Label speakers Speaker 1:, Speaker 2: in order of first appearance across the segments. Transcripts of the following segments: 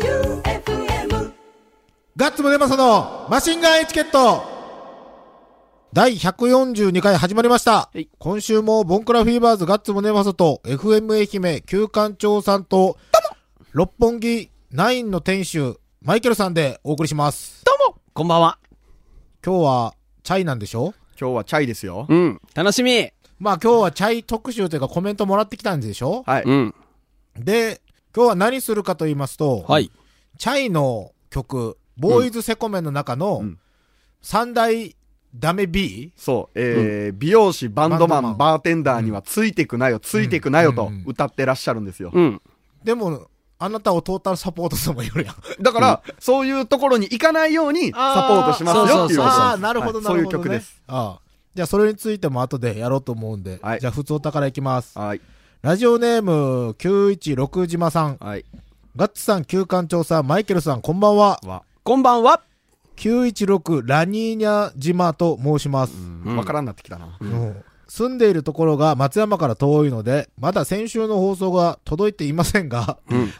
Speaker 1: J-O-E-U-F-M
Speaker 2: ガッツムネマソのマシンガンエチケット第142回始まりました。
Speaker 3: はい
Speaker 2: 今週もボンクラフィーバーズガッツムネマソと FM 愛媛旧館長さんと六本木ナインの店主マイケルさんでお送りします。
Speaker 3: どうもこんばんは。
Speaker 2: 今日はチャイなんでしょ
Speaker 4: 今日はチャイですよ。
Speaker 3: うん。楽しみ
Speaker 2: まあ今日はチャイ特集というかコメントもらってきたんでしょ
Speaker 4: はい。
Speaker 3: ん。
Speaker 2: で、今日は何するかと言いますと、
Speaker 3: はい。
Speaker 2: チャイの曲、ボーイズセコメンの中の
Speaker 4: うん
Speaker 2: 三大ダメ B?
Speaker 4: そう、えー美容師、バンドマン、
Speaker 2: バンドマン
Speaker 4: バーテンダーにはついてくなよ、ついてくなよ
Speaker 2: う
Speaker 4: と
Speaker 2: ん
Speaker 4: 歌ってらっしゃるんですよ。
Speaker 3: うん。
Speaker 2: でも、あなたをトータルサポートしてもいるやん。
Speaker 4: だから、そういうところに行かないようにサポートしますよっていう
Speaker 3: そうそう
Speaker 2: ああ、
Speaker 4: は
Speaker 2: なるほど、
Speaker 4: い
Speaker 2: なるほど、ね
Speaker 4: そういう曲です。
Speaker 2: ああ。じゃあ、それについても後でやろうと思うんで。
Speaker 4: はい
Speaker 2: じゃあ、普通お宝いきます。
Speaker 4: い。
Speaker 2: ラジオネーム、916島さん。
Speaker 4: はい。
Speaker 2: ガッツさん、旧館長さん、マイケルさん、こんばんは。
Speaker 4: わ、
Speaker 3: こんばんは。
Speaker 2: 916ラニーニャ島と申します。
Speaker 4: うんわからんなってきたな。
Speaker 2: うん住んでいるところが松山から遠いので、まだ先週の放送が届いていませんが、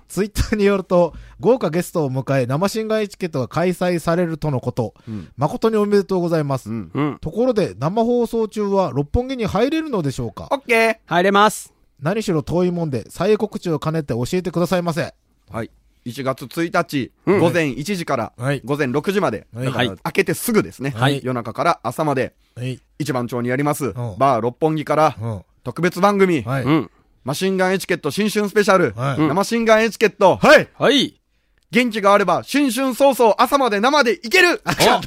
Speaker 2: ツイッターによると、豪華ゲストを迎え、生新外チケットが開催されるとのこと、
Speaker 4: うん。
Speaker 2: 誠におめでとうございます。
Speaker 4: うん。
Speaker 3: うん。
Speaker 2: ところで、生放送中は六本木に入れるのでしょうか
Speaker 4: オッケ
Speaker 3: 入れます。
Speaker 2: 何しろ遠いもんで、再告知を兼ねて教えてくださいませ。
Speaker 4: ーはい。1月1日、
Speaker 3: うん
Speaker 4: 午前1時から
Speaker 2: はい
Speaker 4: 午前6時まで、
Speaker 2: はい
Speaker 4: だから
Speaker 3: はい
Speaker 4: 開けてすぐですね、
Speaker 2: はい
Speaker 4: 夜中から朝まで、
Speaker 2: はい。
Speaker 4: 一番町にやります、
Speaker 2: ん
Speaker 4: バー六本木から
Speaker 2: うん。
Speaker 4: 特別番組、
Speaker 2: はい。
Speaker 3: ん。
Speaker 4: マシンガンエチケット新春スペシャル、
Speaker 2: はい
Speaker 4: 生シンガンエチケット、
Speaker 2: はい
Speaker 3: はい。
Speaker 4: 元気があれば、新春早々朝まで生でいける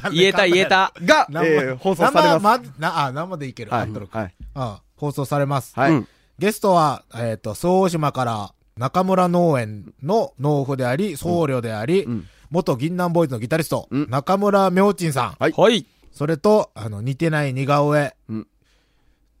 Speaker 3: お、言えた言えた。
Speaker 4: が、
Speaker 2: 生
Speaker 4: えー放送されます。
Speaker 2: 生、ま、な、あ、生でいける。
Speaker 4: は
Speaker 2: 合っ
Speaker 4: い
Speaker 2: とる。か
Speaker 4: はい。
Speaker 2: あ放送されます。
Speaker 4: はい。
Speaker 3: うん
Speaker 2: ゲストは、えっ、と、総大島から中村農園の農夫であり、僧侶であり、
Speaker 4: ん
Speaker 2: 元銀杏ボーイズのギタリスト、
Speaker 4: うん
Speaker 2: 中村明珍さん、
Speaker 4: はい
Speaker 3: はい。
Speaker 2: それと、あの、似てない似顔絵
Speaker 4: うん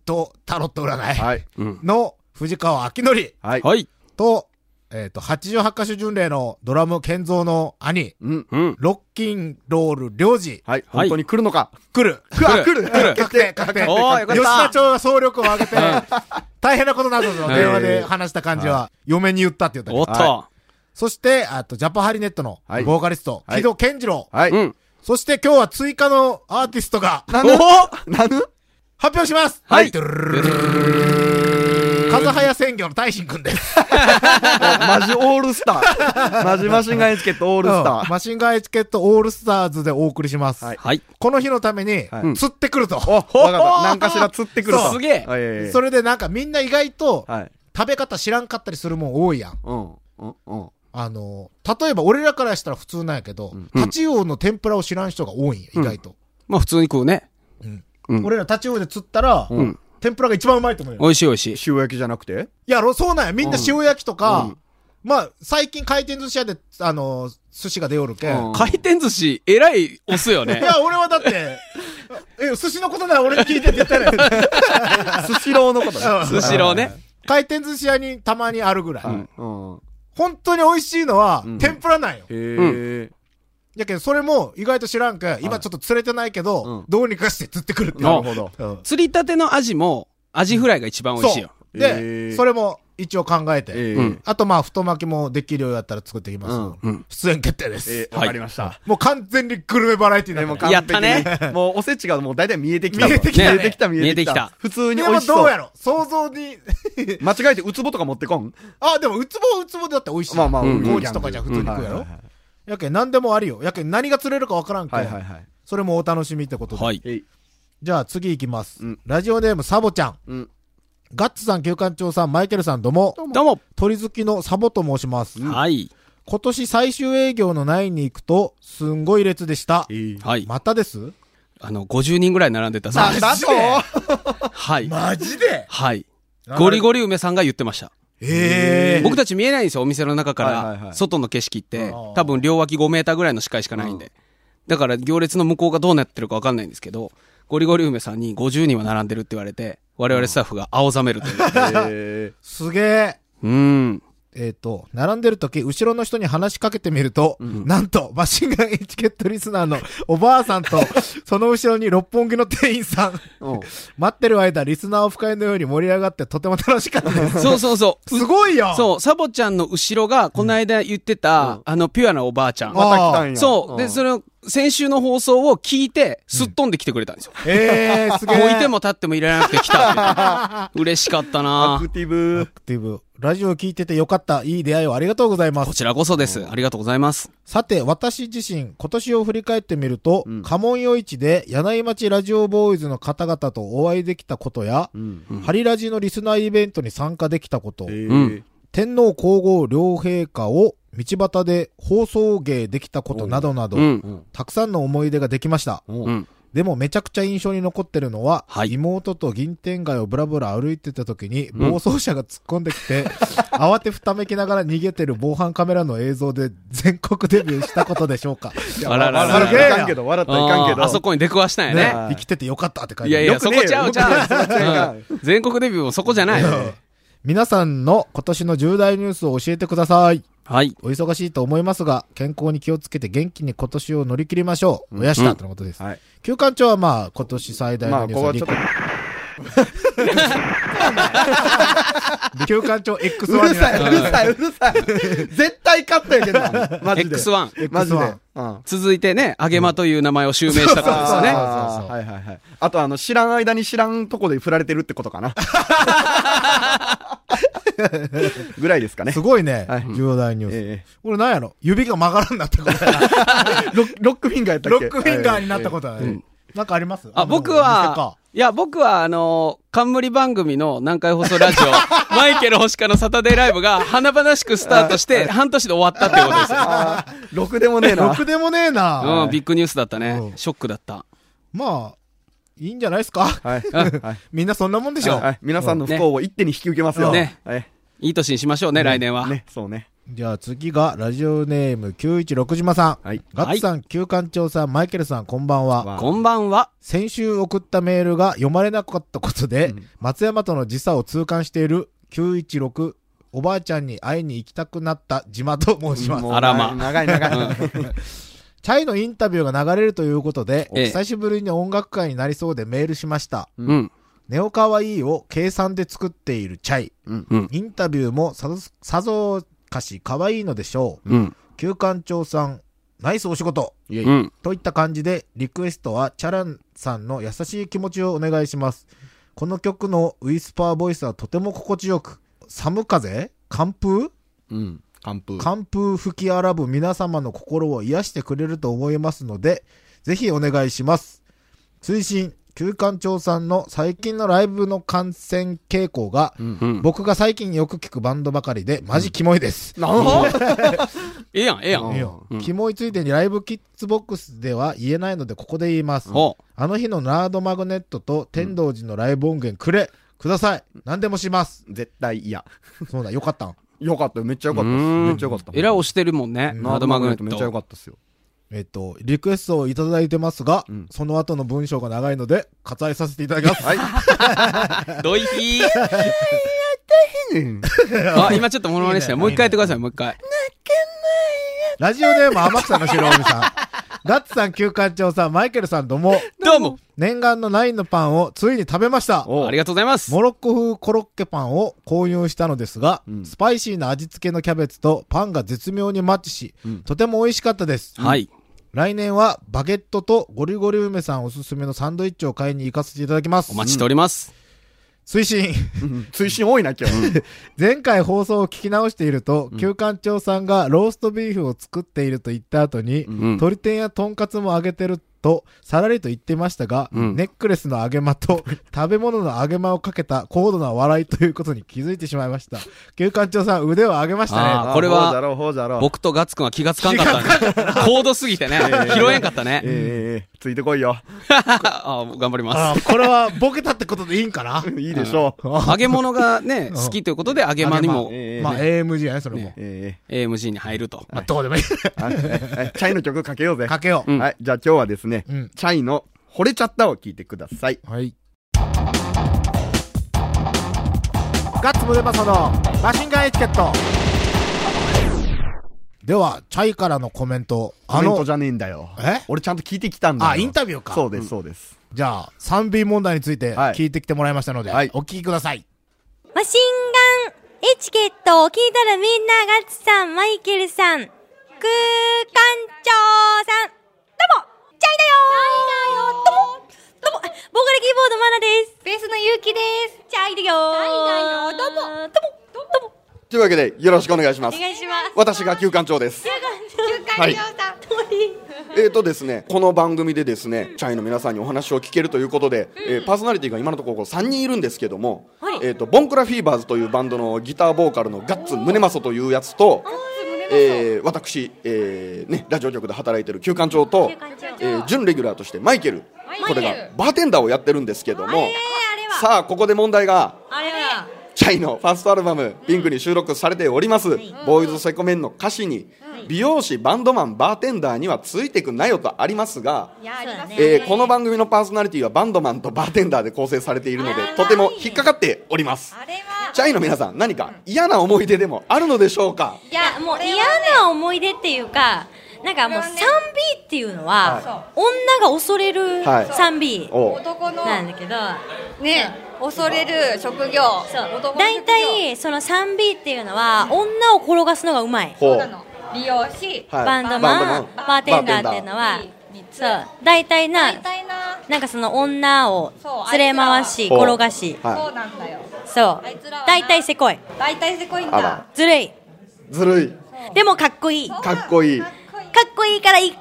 Speaker 2: と、タロット占い
Speaker 4: はい。
Speaker 3: うん。
Speaker 2: の藤川明則
Speaker 4: はい。
Speaker 3: はい。
Speaker 2: と、えっ、と、88箇所巡礼のドラム健三の兄、
Speaker 4: うん。
Speaker 3: うん。
Speaker 2: ロッキンロール領事、
Speaker 4: はい。本当に来るのか。
Speaker 2: 来る。
Speaker 4: くわ、来る
Speaker 2: 来る。確定、確定。
Speaker 3: おーよかった
Speaker 2: 吉田町が総力を挙げて、大変なことになったぞ、
Speaker 4: はい
Speaker 2: 電話で話した感じは。嫁に言ったって言ったけ
Speaker 3: お
Speaker 2: ど
Speaker 3: っと。
Speaker 2: そして、あと、ジャパハリネットの
Speaker 4: はい
Speaker 2: ボーカリスト、
Speaker 4: はい
Speaker 2: 木戸健次郎。
Speaker 4: はい。
Speaker 3: うん。
Speaker 2: そして今日は追加のアーティストが
Speaker 4: な
Speaker 3: お
Speaker 4: ぬ
Speaker 3: お
Speaker 4: なぬ
Speaker 2: 発表します
Speaker 3: はい
Speaker 2: ドゥルルルルルル風早鮮魚の大臣くんです。
Speaker 4: マジオールスター。マジマシンガンエチケットオールスタ
Speaker 2: うんマシンガンエチケットオールスターズでお送りします。
Speaker 4: はい
Speaker 3: はい。
Speaker 2: この日のために
Speaker 4: は、い
Speaker 2: 釣ってくると。
Speaker 4: ー。わかった。何かしら釣ってくる
Speaker 3: そう
Speaker 4: と。
Speaker 3: すげえ
Speaker 4: はいえ
Speaker 2: それでなんかみんな意外と、
Speaker 4: はい。
Speaker 2: 食べ方知らんかったりするもん多いやん。
Speaker 4: うん。うん。うん。
Speaker 2: あの、例えば俺らからしたら普通なんやけど、タチウオの天ぷらを知らん人が多いんや、意外と。
Speaker 3: まあ普通に食うね。うん
Speaker 2: 俺らタチウオで釣ったら、
Speaker 4: うん
Speaker 2: 天ぷらが一番うまいと思うよ。
Speaker 3: 美味しい美味しい。
Speaker 4: 塩焼きじゃなくて
Speaker 2: いやろ、そうなんや。みんな塩焼きとか、
Speaker 4: うん
Speaker 2: まあ、最近回転寿司屋で、あの、寿司が出よるけ、
Speaker 4: うん
Speaker 2: い
Speaker 3: 回転寿司、えらい押すよね。
Speaker 2: や、俺はだって、え、寿司のことなら俺に聞いてって言ったらよ、
Speaker 4: スシローのことね。
Speaker 3: スシローね。
Speaker 2: 回転寿司屋にたまにあるぐらい。
Speaker 4: うん。
Speaker 2: 本当に美味しいのは、
Speaker 4: うん
Speaker 2: 天ぷらなんよ。
Speaker 4: へえ。
Speaker 2: やけど、それも意外と知らんけ、今ちょっと釣れてないけど、
Speaker 4: うん
Speaker 2: どうにかして釣ってくるっていう。
Speaker 4: なるほど。
Speaker 2: うん
Speaker 3: 釣りたてのアジも、アジフライが一番美味しいよ。
Speaker 2: そう。で、
Speaker 4: えー
Speaker 2: それも一応考えて。
Speaker 4: え
Speaker 3: う
Speaker 4: え
Speaker 3: ん。
Speaker 2: あとまあ、太巻きもできるようやったら作っていきます。
Speaker 4: うん
Speaker 3: うん。
Speaker 2: 出演決定です、
Speaker 4: ええ
Speaker 3: は
Speaker 4: わ
Speaker 3: い
Speaker 4: かりました。
Speaker 2: もう完全にグルメバラエティー
Speaker 4: で
Speaker 2: な
Speaker 4: も
Speaker 2: ん
Speaker 4: 完
Speaker 2: だ
Speaker 4: 璧
Speaker 2: ね
Speaker 3: やった
Speaker 4: に もうおせちがもう大体見えてきたわ。
Speaker 2: 見えてきたね
Speaker 4: 見えてきた、見えてき
Speaker 3: 見えてき
Speaker 4: た
Speaker 3: た。
Speaker 4: 普通
Speaker 2: で
Speaker 4: に美味
Speaker 2: も
Speaker 4: しそう。
Speaker 2: どうやろ想像に。
Speaker 4: 間違えてウツボとか持ってこん
Speaker 2: あ、でも、ウツボはウツボでだって美味しい。
Speaker 4: まあまあ、
Speaker 3: うん
Speaker 2: 高知とかじゃ普通に食うやろ、
Speaker 4: はい
Speaker 2: やけん、何でもありよ。やけん、何が釣れるかわからんけ、
Speaker 4: はいはいはい。
Speaker 2: それもお楽しみってことで。
Speaker 3: はい。
Speaker 4: えい
Speaker 2: じゃあ、次行きます、
Speaker 4: うん
Speaker 2: ラジオネーム、サボちゃん。
Speaker 4: うん。
Speaker 2: ガッツさん、旧館長さん、マイケルさん、どうも。
Speaker 3: どうも。
Speaker 2: 鳥好きのサボと申します。
Speaker 3: はい。
Speaker 2: 今年最終営業のナインに行くと、すんごい列でした。
Speaker 3: はい。
Speaker 2: またです
Speaker 3: あの、50人ぐらい並んでたさ
Speaker 4: なんだと
Speaker 3: はい。
Speaker 2: マジで
Speaker 3: はい。ゴリゴリ梅さんが言ってました。
Speaker 2: ええ
Speaker 3: 僕たち見えないんですよ、お店の中か
Speaker 4: はいはいは
Speaker 3: ら。
Speaker 4: い
Speaker 3: 外の景色って
Speaker 2: あー、
Speaker 3: 多分両脇5メーターぐらいの視界しかないんで。だから行列の向こうがどうなってるかわかんないんですけど、ゴリゴリ梅さんに50人は並んでるって言われて、我々スタッフが青ざめるという。
Speaker 4: え
Speaker 2: すげえ。
Speaker 3: うーん。
Speaker 2: えっ、と、並んでる時、後ろの人に話しかけてみると、なんと、マシンガンエチケットリスナーの おばあさんと、その後ろに六本木の店員さん。
Speaker 4: うん
Speaker 2: 待ってる間、リスナーオフ会のように盛り上がってとても楽しかったです。
Speaker 3: そうそうそう。
Speaker 2: すごいよ
Speaker 3: そう、サボちゃんの後ろが、この間言ってた、あの、ピュアなおばあちゃん。
Speaker 2: あ
Speaker 4: また来たんや。
Speaker 3: そう。で、
Speaker 4: ん
Speaker 3: それを、先週の放送を聞いて、すっ飛んできてくれたんですよ。
Speaker 2: え ー、すげえ。
Speaker 3: 置いても立ってもいられなくて来たって。嬉しかった
Speaker 4: ア
Speaker 3: な
Speaker 4: クティブ。
Speaker 2: アクティブ。ラジオ聞いててよかった。いい出会いをありがとうございま
Speaker 3: こ
Speaker 2: す。
Speaker 3: ちらこそです。ありがとうございます。
Speaker 2: さて、私自身、今年を振り返ってみると、
Speaker 4: ん
Speaker 2: 家紋夜市で柳井町ラジオボーイズの方々とお会いできたことや、
Speaker 4: うん。
Speaker 3: うん
Speaker 2: ハリラジのリスナーイベントに参加できたこと、
Speaker 3: ん
Speaker 2: 天皇皇后両陛下を道端で放送芸できたことなどなど、
Speaker 3: うん。
Speaker 2: たくさんの思い出ができました。
Speaker 4: うん
Speaker 3: うん。
Speaker 2: でもめちゃくちゃ印象に残ってるのは、
Speaker 3: はい
Speaker 2: 妹と銀天街をブラブラ歩いてた時に、暴走車が突っ込んできて、 慌てふためきながら逃げてる防犯カメラの映像で全国デビューしたことでしょうか。
Speaker 3: あららら
Speaker 4: 笑
Speaker 3: ら
Speaker 4: ったらいかんけど、笑ったらいかんけ
Speaker 3: あー
Speaker 4: ど。
Speaker 3: あそこに出くわしたんやね。
Speaker 2: 生きててよかったって感
Speaker 3: い
Speaker 2: じ。
Speaker 3: やい
Speaker 4: よ
Speaker 3: や、
Speaker 4: く
Speaker 3: そ
Speaker 4: ねえよ
Speaker 3: こちゃうちゃ
Speaker 4: よくねえよそこちゃ
Speaker 3: う
Speaker 4: う
Speaker 3: うん。全国デビューもそこじゃない。
Speaker 2: 皆さんの今年の重大ニュースを教えてください。
Speaker 3: はい。
Speaker 2: お忙しいと思いますが、健康に気をつけて元気に今年を乗り切りましょう。おやした、とのことです。
Speaker 4: はい。
Speaker 2: 休館長はまあ、今年最大
Speaker 4: ま
Speaker 2: の
Speaker 4: あ、
Speaker 2: ニ
Speaker 4: こ
Speaker 2: ュース
Speaker 4: こ
Speaker 2: は
Speaker 4: は
Speaker 2: リ
Speaker 4: ちょっ
Speaker 2: コ
Speaker 4: と、
Speaker 2: 休館長 X1
Speaker 4: うる
Speaker 2: になっ
Speaker 4: さい、うるさい、うるさい。絶対カットやけどな。マジで。
Speaker 3: X1。
Speaker 2: て X1。
Speaker 4: マジで。うん。
Speaker 3: 続いてね、あげまという名前を襲名したからですよね。
Speaker 4: あー
Speaker 2: そうそうそう
Speaker 4: はいはいはい。あと、あの、知らん間に知らんとこで振られてるってことか な。ぐらいですかね。
Speaker 2: すごいね
Speaker 4: は。い
Speaker 2: 重大ニュース。
Speaker 4: え
Speaker 2: これなんやろ指が曲がらんなったことやな
Speaker 4: えロックロックフィンガーやったっ
Speaker 2: ロ
Speaker 4: け
Speaker 2: ックフィンガーになったことや
Speaker 4: えええ
Speaker 2: ね。なんかあります
Speaker 3: あ、僕
Speaker 2: お店か
Speaker 3: は、いや、僕は、あの、冠番組の南海放送ラジオ、マイケル星香のサタデーライブが、華々しくスタートして、半年で終わったっていうことですよ。
Speaker 4: あーろくでもねえ
Speaker 2: ろ
Speaker 4: な。
Speaker 2: くでもねえ
Speaker 3: う、。
Speaker 2: なん
Speaker 3: ビッグニュースだったね
Speaker 2: う。ん
Speaker 3: ショックだった。
Speaker 2: まあ、いいんじゃないですか
Speaker 4: はい。はい
Speaker 2: みんなそんなもんでしょ
Speaker 4: はい。皆さんの不幸を一手に引き受けますよ。
Speaker 3: ね
Speaker 4: はい。
Speaker 3: いい年にしましょうね、来年は。
Speaker 4: ね、そうね。
Speaker 2: じゃあ次が、ラジオネーム916島さん。
Speaker 4: はい
Speaker 2: ガッツさん、旧館長さん、マイケルさん、こんばんは。
Speaker 4: わ
Speaker 3: こんばんは。
Speaker 2: 先週送ったメールが読まれなかったことで、松山との時差を痛感している916おばあちゃんに会いに行きたくなった島と申します。
Speaker 4: もう
Speaker 3: あらま
Speaker 4: 長い長い。
Speaker 2: チャイのインタビューが流れるということで、
Speaker 3: ええ
Speaker 2: 久しぶりに音楽会になりそうでメールしました。
Speaker 3: うん。
Speaker 2: ネオカワイイを計算で作っているチャイ。
Speaker 4: うん
Speaker 3: うん
Speaker 2: インタビューもさぞさぞかし可愛いのでしょう。
Speaker 3: うん。
Speaker 2: 旧館長さん、ナイスお仕事
Speaker 4: いやいや
Speaker 3: うん。
Speaker 2: といった感じで、リクエストはチャランさんの優しい気持ちをお願いします。この曲のウィスパーボイスはとても心地よく、寒風寒風
Speaker 4: うん。完封。
Speaker 2: 寒風吹き荒ぶ皆様の心を癒してくれると思いますので、ぜひお願いします。推進、旧館長さんの最近のライブの感染傾向が、
Speaker 3: うん。
Speaker 2: 僕が最近よく聞くバンドばかりで、マジキモいです。
Speaker 4: なるほど。
Speaker 3: ええやん、ええやん。
Speaker 2: いいよキモいついでにライブキッズボックスでは言えないので、ここで言います。
Speaker 3: ほ
Speaker 2: あの日のナードマグネットと天童寺のライブ音源くれ、ください何でもします
Speaker 4: 絶対嫌。
Speaker 2: そうだ、よかったん。
Speaker 4: よかったよ。めっちゃよかったっ
Speaker 3: う
Speaker 4: す。
Speaker 3: ん
Speaker 4: めっちゃよかった。
Speaker 3: う。えらい押してるもんね。ナードマグネット。
Speaker 4: めっちゃよかったっすよ。
Speaker 2: えっと、リクエストをいただいてますが、
Speaker 4: うん
Speaker 2: その後の文章が長いので、割愛させていただきます。
Speaker 4: はい。
Speaker 3: ドイ ヒー。あ、今ちょっとモノマネしたよ。もう一回やってください、もう一回。
Speaker 2: ラジオネーム天草の白帯さん。ガッツさん、旧館長さん、マイケルさんどうも、
Speaker 3: どうも。
Speaker 2: 念願のナインのパンをついに食べました。
Speaker 4: お
Speaker 3: ありがとうございます。
Speaker 2: モロッコ風コロッケパンを購入したのですが、
Speaker 4: うん
Speaker 2: スパイシーな味付けのキャベツとパンが絶妙にマッチし、
Speaker 4: うん
Speaker 2: とても美味しかったです。
Speaker 3: はい。
Speaker 2: 来年はバゲットとゴリゴリ梅さんおすすめのサンドイッチを買いに行かせていただきます。
Speaker 3: お待ちしております。
Speaker 2: 推進。
Speaker 4: うん追伸多いな、今日。
Speaker 2: 前回放送を聞き直していると、旧館長さんがローストビーフを作っていると言った後に、
Speaker 3: うん
Speaker 2: 鳥天やとんかつも揚げてるとさらりと言ってましたが、
Speaker 3: うん
Speaker 2: ネックレスの揚げ間 と食べ物の揚げ間をかけた高度な笑いということに気づいてしまいました旧館長さん腕を上げました
Speaker 3: あ
Speaker 2: ね
Speaker 3: ーこれは
Speaker 4: ほうじゃろう、ほうじゃろう。
Speaker 3: 僕とガッツくんは気がつかんかったね。高度すぎてね。拾 えんかった
Speaker 4: ええ
Speaker 3: ね。
Speaker 4: ええええついてこいよ。
Speaker 3: あ頑張りま
Speaker 2: あーこれはボケたってことでいいんかな
Speaker 4: いいでしょう。
Speaker 3: す。揚げ物がね、好きということで、揚げまにも
Speaker 4: ええええ
Speaker 2: まあ AMG やねそれも、
Speaker 3: ね
Speaker 4: え
Speaker 3: AMG に入ると。
Speaker 2: まあどうでもいい
Speaker 4: えはいはいチャイの曲かけようぜ。
Speaker 2: かけよう、
Speaker 3: うん
Speaker 4: はい。じゃあ今日はですね、
Speaker 2: うん
Speaker 4: チャイの惚れちゃったを聞いてください。
Speaker 2: はいガッツムデパソのマシンガンエチケットでは、チャイからのコメント。
Speaker 5: コ
Speaker 2: あ
Speaker 5: メント
Speaker 2: の
Speaker 5: じ、ゃねえんだよ
Speaker 2: え。
Speaker 5: 俺ちゃんと聞いてきたんだよ。
Speaker 2: あ、インタビューか。
Speaker 5: そうです、そうです。
Speaker 2: じゃあ、3B 問題について
Speaker 5: はい
Speaker 2: 聞いてきてもらいましたので、
Speaker 5: はい
Speaker 2: お聞きください。
Speaker 6: マシンガンエチケットを聞いたらみんなガッツさん、マイケルさん、空間長さん、どうもチャイだよチャイだよどうもどうもボーカルキーボードマナですベースのゆうきですチャイだよチャイだよどうもどうもどうも
Speaker 4: というわけでよろしくお願いしま
Speaker 6: お
Speaker 4: す。
Speaker 6: 願いします
Speaker 4: 私が休館長です。
Speaker 6: 空間長さん、はい、
Speaker 4: えーとですね、この番組でですね、チャイの皆さんにお話を聞けるということで、えーパーソナリティが今のところ3人いるんですけども、
Speaker 6: はい
Speaker 4: えーとボンクラフィーバーズというバンドのギターボーカルのガッツムネマソというやつと、えー私、えーねラジオ局で働いてる休館長と
Speaker 6: 休館長、
Speaker 4: えー準レギュラーとしてマイケル、
Speaker 6: イケル
Speaker 4: これがバーテンダーをやってるんですけども、
Speaker 6: あれは
Speaker 4: さあここで問題が。
Speaker 6: あれは
Speaker 4: チャイのファーストアルバム「ピンク」に収録されております、ボーイズセコメンの歌詞に、美容師バンドマンバーテンダーにはついてくなよとありますが、
Speaker 6: そうだね
Speaker 4: えーこの番組のパーソナリティはバンドマンとバーテンダーで構成されているのでとても引っかかっております
Speaker 6: あれは
Speaker 4: チャイの皆さん何か嫌な思い出でもあるのでしょうか
Speaker 6: いや、もう嫌な思い出っていうか、なんかもう 3B っていうのは、女が恐れる
Speaker 4: はい
Speaker 6: 3B
Speaker 4: おう
Speaker 7: 男の
Speaker 6: なんだけど、
Speaker 7: ね恐れる職業
Speaker 6: そう
Speaker 7: 男の職業
Speaker 6: 大体その 3B っていうのは、女を転がすのがうまい。
Speaker 4: ほ
Speaker 7: そうなの美容師
Speaker 4: はい
Speaker 6: バンドマン、バ
Speaker 4: バ
Speaker 6: ー
Speaker 4: ンドマン
Speaker 6: テンダーっていうのは
Speaker 7: バーテンダー、
Speaker 6: そう、大体な、
Speaker 7: 大体な
Speaker 6: なんかその女を
Speaker 7: そう
Speaker 6: 連れ回し、
Speaker 4: ほう
Speaker 6: 転がし、
Speaker 4: はい
Speaker 7: そうなんだよ
Speaker 6: そう
Speaker 7: あいつらは、な
Speaker 6: 大体せこい、
Speaker 7: 大体せこいん
Speaker 4: あ
Speaker 7: だ
Speaker 4: ら
Speaker 6: ずるい、
Speaker 4: ずるい
Speaker 6: でもかっこいい。
Speaker 4: かっこいい
Speaker 7: かっこいい
Speaker 6: かっこいいから一回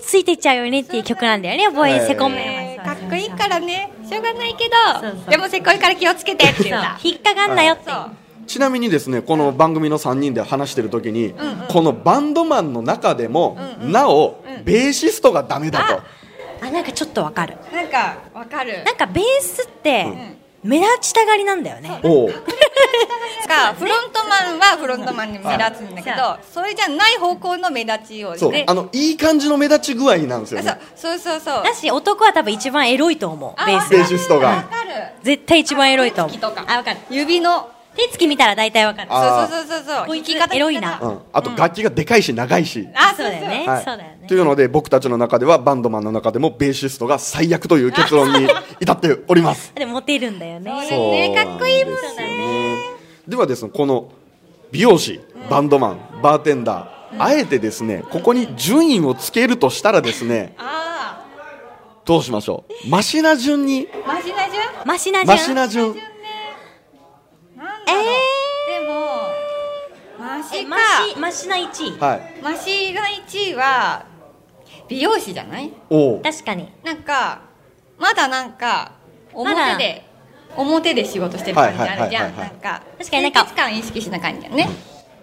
Speaker 6: ついてっちゃうよねっていう曲なんだよね、ボーイセコメ
Speaker 7: ね
Speaker 6: ンは
Speaker 7: かっこいいからねしょうがないけ
Speaker 6: そうそう
Speaker 7: どでもせっこいから気をつけてっていうさ
Speaker 6: そう引っかかんなよって。
Speaker 7: そう
Speaker 4: ちなみにですねこの番組の3人で話してる時に、このバンドマンの中でも、なおベーシストがダメだと、
Speaker 6: あ、なんかちょっとわかる。
Speaker 7: なんかわかる
Speaker 6: なんかベースって、目立ちたがりなんだよね。
Speaker 4: おう
Speaker 7: なんかフロントマンはフロントマンに目立つんだけどそれじゃない方向の目立ちを
Speaker 4: そう、
Speaker 7: ね
Speaker 4: あのいい感じの目立ち具合なんですよね
Speaker 7: そうそうそうそう
Speaker 6: だし、男は多分一番エロいと思う、
Speaker 7: あ
Speaker 6: ベース
Speaker 4: ベー
Speaker 6: が。
Speaker 4: シスト
Speaker 7: わ
Speaker 4: が
Speaker 7: かる
Speaker 6: 絶対一番エロいと思う
Speaker 7: 手つきとか。
Speaker 6: あ、わかる。
Speaker 7: 指の
Speaker 6: 手つき見たら大体わかる。
Speaker 4: あー
Speaker 7: そうそうそうそう
Speaker 6: こ
Speaker 7: そう
Speaker 6: い
Speaker 7: 引
Speaker 6: つ
Speaker 7: き方
Speaker 6: エロいな
Speaker 7: 引き
Speaker 4: う
Speaker 7: 方
Speaker 4: ん、あと楽器がでかいし長いし、
Speaker 7: あ
Speaker 6: そうだよね
Speaker 4: はい。
Speaker 6: そうだよね
Speaker 4: と。いうので僕たちの中ではバンドマンの中でもベーシストが最悪という結論に至っております
Speaker 6: でもモテるんだよね。
Speaker 7: そうね
Speaker 4: なん
Speaker 7: かっこいいもん
Speaker 4: で
Speaker 7: ね
Speaker 4: すよねではですねこの美容師バンドマンバーテンダー、あえてですねここに順位をつけるとしたらですね
Speaker 7: あ
Speaker 4: どうしましょうマシな順に
Speaker 7: あマシナジュ
Speaker 6: マシナじ
Speaker 4: マシ
Speaker 6: ゃん。
Speaker 4: な順
Speaker 7: なん
Speaker 6: え
Speaker 7: だろう、でもマ
Speaker 6: ー、え
Speaker 7: シ
Speaker 6: マ
Speaker 7: か
Speaker 6: シ、マシナ1位。
Speaker 4: はい
Speaker 7: マシが1位は美容師じゃない
Speaker 4: おう
Speaker 6: 確かに。
Speaker 7: なんかまだなんか表で表で仕事してる感じあるじゃ
Speaker 4: はい
Speaker 7: ん
Speaker 4: はいはいはい
Speaker 7: なんか
Speaker 6: 確かになんか
Speaker 7: 清潔感意識しな感じだよね